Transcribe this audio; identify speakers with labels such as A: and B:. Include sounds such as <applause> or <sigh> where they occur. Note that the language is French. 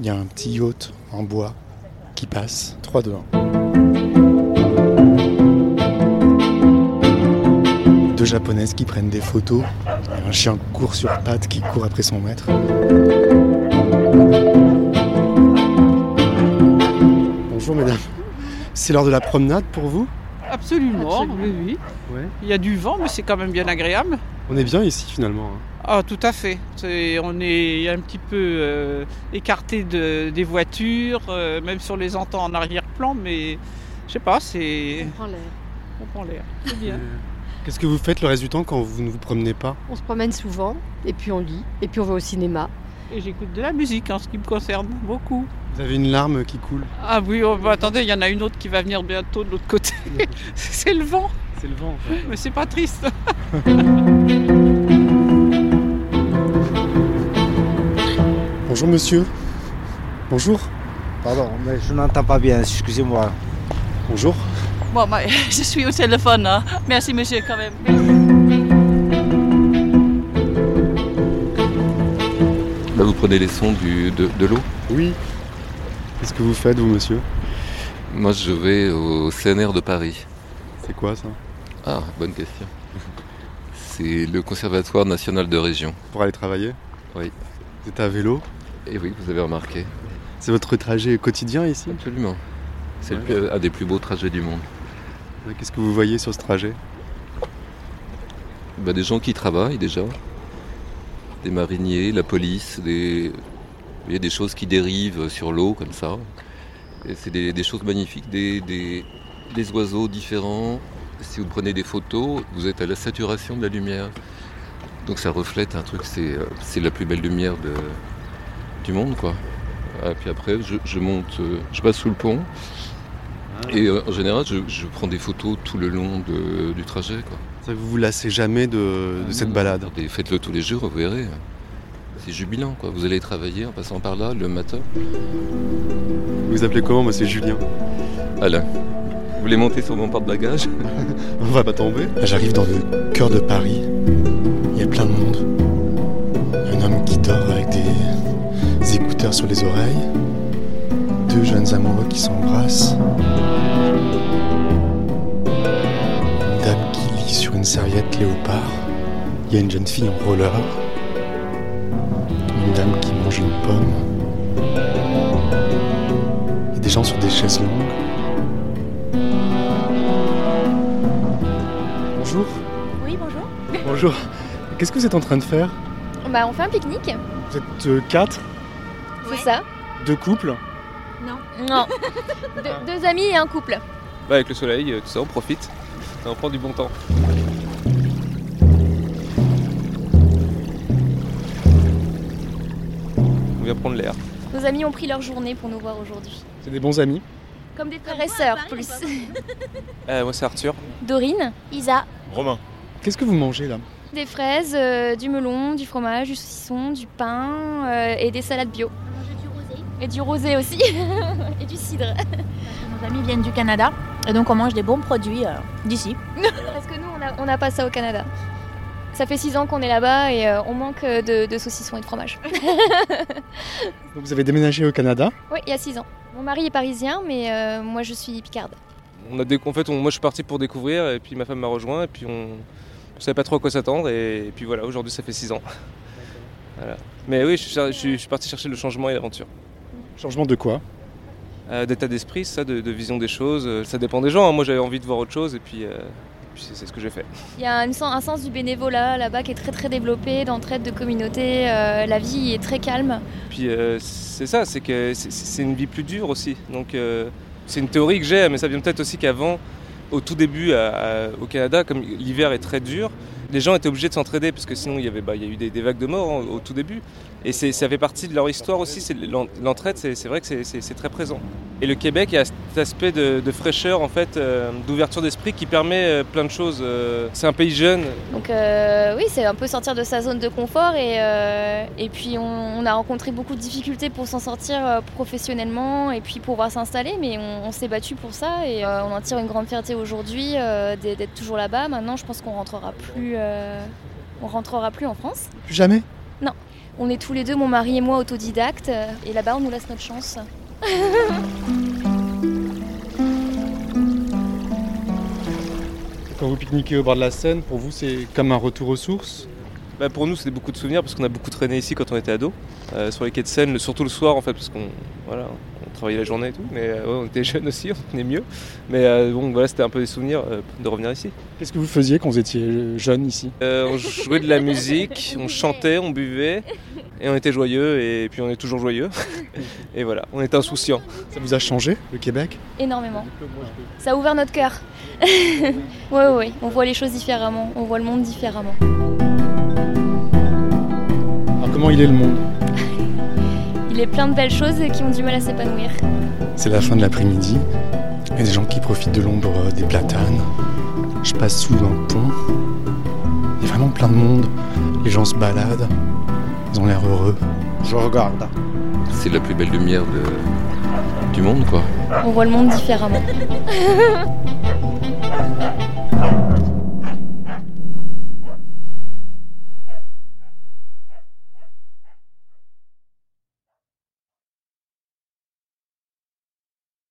A: il y a un petit yacht en bois qui passe. 3, 2, 1. Deux japonaises qui prennent des photos. Il y a un chien court sur pattes qui court après son maître. Bonjour mesdames. C'est l'heure de la promenade pour vous
B: Absolument,
A: Absolument.
B: oui, oui.
A: Ouais.
B: Il y a du vent, mais c'est quand même bien agréable.
A: On est bien ici finalement. hein.
B: Ah, tout à fait. C'est- on est un petit peu euh, écarté de- des voitures, euh, même si on les entend en arrière-plan, mais je sais pas, c'est.
C: On prend l'air.
B: On prend l'air. C'est bien.
A: Euh, Qu'est-ce que vous faites le reste du temps quand vous ne vous promenez pas
C: On se promène souvent, et puis on lit, et puis on va au cinéma.
B: Et j'écoute de la musique en ce qui me concerne, beaucoup.
A: Vous avez une larme qui coule.
B: Ah oui, oh, bah, attendez, il y en a une autre qui va venir bientôt de l'autre côté. <laughs> c'est le vent,
A: C'est le vent.
B: mais c'est pas triste.
A: Bonjour monsieur. Bonjour.
D: Pardon, mais je n'entends pas bien, excusez-moi.
A: Bonjour.
E: Bon, bah, <laughs> je suis au téléphone. hein. Merci, monsieur, quand même.
F: Là, vous prenez les sons du- de, de l'eau.
A: Oui. Qu'est-ce que vous faites vous monsieur
F: Moi, je vais au CNR de Paris.
A: C'est quoi ça
F: Ah, bonne question. C'est le Conservatoire national de région.
A: Pour aller travailler
F: Oui.
A: Vous êtes à vélo
F: Et oui, vous avez remarqué.
A: C'est votre trajet quotidien ici
F: Absolument. C'est le plus- un des plus beaux trajets du monde.
A: Qu'est-ce que vous voyez sur ce trajet
F: Bah, des gens qui travaillent déjà, des mariniers, la police, des... il y a des choses qui dérivent sur l'eau comme ça. Et c'est des, des choses magnifiques, des, des- des oiseaux différents. Si vous prenez des photos, vous êtes à la saturation de la lumière. Donc ça reflète un truc, c'est, euh, c'est la plus belle lumière de- du monde quoi. Ah, puis après, je, je monte, euh, je passe sous le pont. Et euh, en général, je, je prends des photos tout le long de- du trajet. Quoi.
A: Ça, Vous vous lassez jamais de, de cette balade
F: Attendez, Ah, Faites-le tous les jours, vous verrez. C'est jubilant, quoi. Vous allez travailler en passant par là le matin.
A: Vous vous appelez comment Moi c'est Julien.
F: Alain, vous voulez monter sur mon porte-bagages
A: On va pas tomber. J'arrive dans le cœur de Paris. Il y a plein de monde. Il y a un homme qui dort avec des, des écouteurs sur les oreilles. Deux jeunes amoureux qui s'embrassent. Une dame qui lit sur une serviette léopard. Il y a une jeune fille en roller. Une dame qui mange une pomme. Et des gens sur des chaises longues. Bonjour.
G: Oui, bonjour.
A: Bonjour. Qu'est-ce que vous êtes en train de faire
G: Bah, on fait un pique-nique.
A: Vous êtes euh, quatre,
G: C'est ça
A: deux couples.
G: Non. <laughs> Deux- deux amis et un couple.
H: Bah, avec le soleil, euh, tout ça, on profite. On prend du bon temps. On vient prendre l'air.
G: Nos amis ont pris leur journée pour nous voir aujourd'hui.
A: C'est des bons amis.
G: Comme des frères et sœurs, plus.
H: Euh, moi, c'est Arthur.
G: Dorine, Isa.
I: Romain.
A: Qu'est-ce que vous mangez là
G: Des fraises, euh, du melon, du fromage, du saucisson, du pain euh, et des salades bio. Et du rosé aussi. <laughs> et du cidre.
E: Nos amis viennent du Canada et donc on mange des bons produits euh, d'ici.
G: <laughs> Parce que nous, on a- on n'a pas ça au Canada. Ça fait six ans qu'on est là-bas et euh, on manque euh, de, de saucissons et de fromage.
A: Donc vous avez déménagé au Canada.
G: oui, il y a six ans. Mon mari est parisien, mais euh, moi, je suis picarde.
H: On a déc- en fait, on- moi, je suis parti pour découvrir, et puis ma femme m'a rejoint, et puis on ne savait pas trop à quoi s'attendre, et, et puis voilà, aujourd'hui, ça fait 6 ans. Voilà. Mais oui, je suis, cher- je suis- je suis parti chercher le changement et l'aventure.
A: Changement de quoi
H: Euh, D'état d'esprit, ça, de, de vision des choses, euh, ça dépend des gens. hein. Moi, j'avais envie de voir autre chose, et puis, euh, et puis c'est c'est ce que j'ai fait.
G: Il y a une sen- un sens du bénévolat là-bas qui est très très développé, d'entraide de communauté. euh, la vie est très calme.
H: Puis euh, c'est ça, c'est que c'est- c'est une vie plus dure aussi. Donc euh, c'est une théorie que j'ai, mais ça vient peut-être aussi qu'avant, au tout début à- à- au Canada, comme l'hiver est très dur, les gens étaient obligés de s'entraider parce que sinon il y avait, bah, il y a eu des, des vagues de morts hein, au tout début. Et c'est- ça fait partie de leur histoire aussi. c'est l'en- L'entraide, c'est c'est vrai que c'est- c'est c'est très présent. Et le Québec a cet aspect de, de fraîcheur en fait, euh, d'ouverture d'esprit qui permet euh, plein de choses. euh. c'est un pays jeune,
G: Donc euh, oui, c'est un peu sortir de sa zone de confort et, euh, et puis on, on a rencontré beaucoup de difficultés pour s'en sortir euh, professionnellement et puis pouvoir s'installer, mais on, on s'est battu pour ça et euh, on en tire une grande fierté aujourd'hui euh, d'être d'être toujours là-bas. Maintenant, je pense qu'on rentrera plus, euh, on rentrera plus en France.
A: Plus jamais
G: On est tous les deux, mon mari et moi, autodidactes. euh, Et là-bas, on nous laisse notre chance.
A: Quand vous pique-niquez au bord de la Seine, pour vous, c'est comme un retour aux sources
H: Bah, pour nous, c'était beaucoup de souvenirs parce qu'on a beaucoup traîné ici quand on était ado, euh, sur les quais de Seine, le- surtout le soir en fait, parce qu'on voilà, on travaillait la journée et tout, mais euh, ouais, on était <laughs> jeunes aussi, on tenait mieux. Mais euh, bon, voilà, c'était un peu des souvenirs euh, de revenir ici.
A: Qu'est-ce que vous faisiez quand vous étiez jeune ici
H: Euh, on jouait de la musique, on chantait, on buvait, et on était joyeux, et puis on est toujours joyeux. Et voilà, on est insouciant.
A: Ça vous a changé, le Québec
G: Énormément. Ça a ouvert notre cœur. <laughs> ouais, ouais, ouais. On voit les choses différemment. On voit le monde différemment.
A: Alors comment il est le monde
G: Il est plein de belles choses qui ont du mal à s'épanouir.
A: C'est la fin de l'après-midi. Il y a des gens qui profitent de l'ombre euh, des platanes. Je passe sous dans le pont. Il y a vraiment plein de monde. Les gens se baladent. Ils ont l'air heureux.
D: Je regarde.
F: C'est la plus belle lumière de- du monde, quoi.
G: On voit le monde différemment.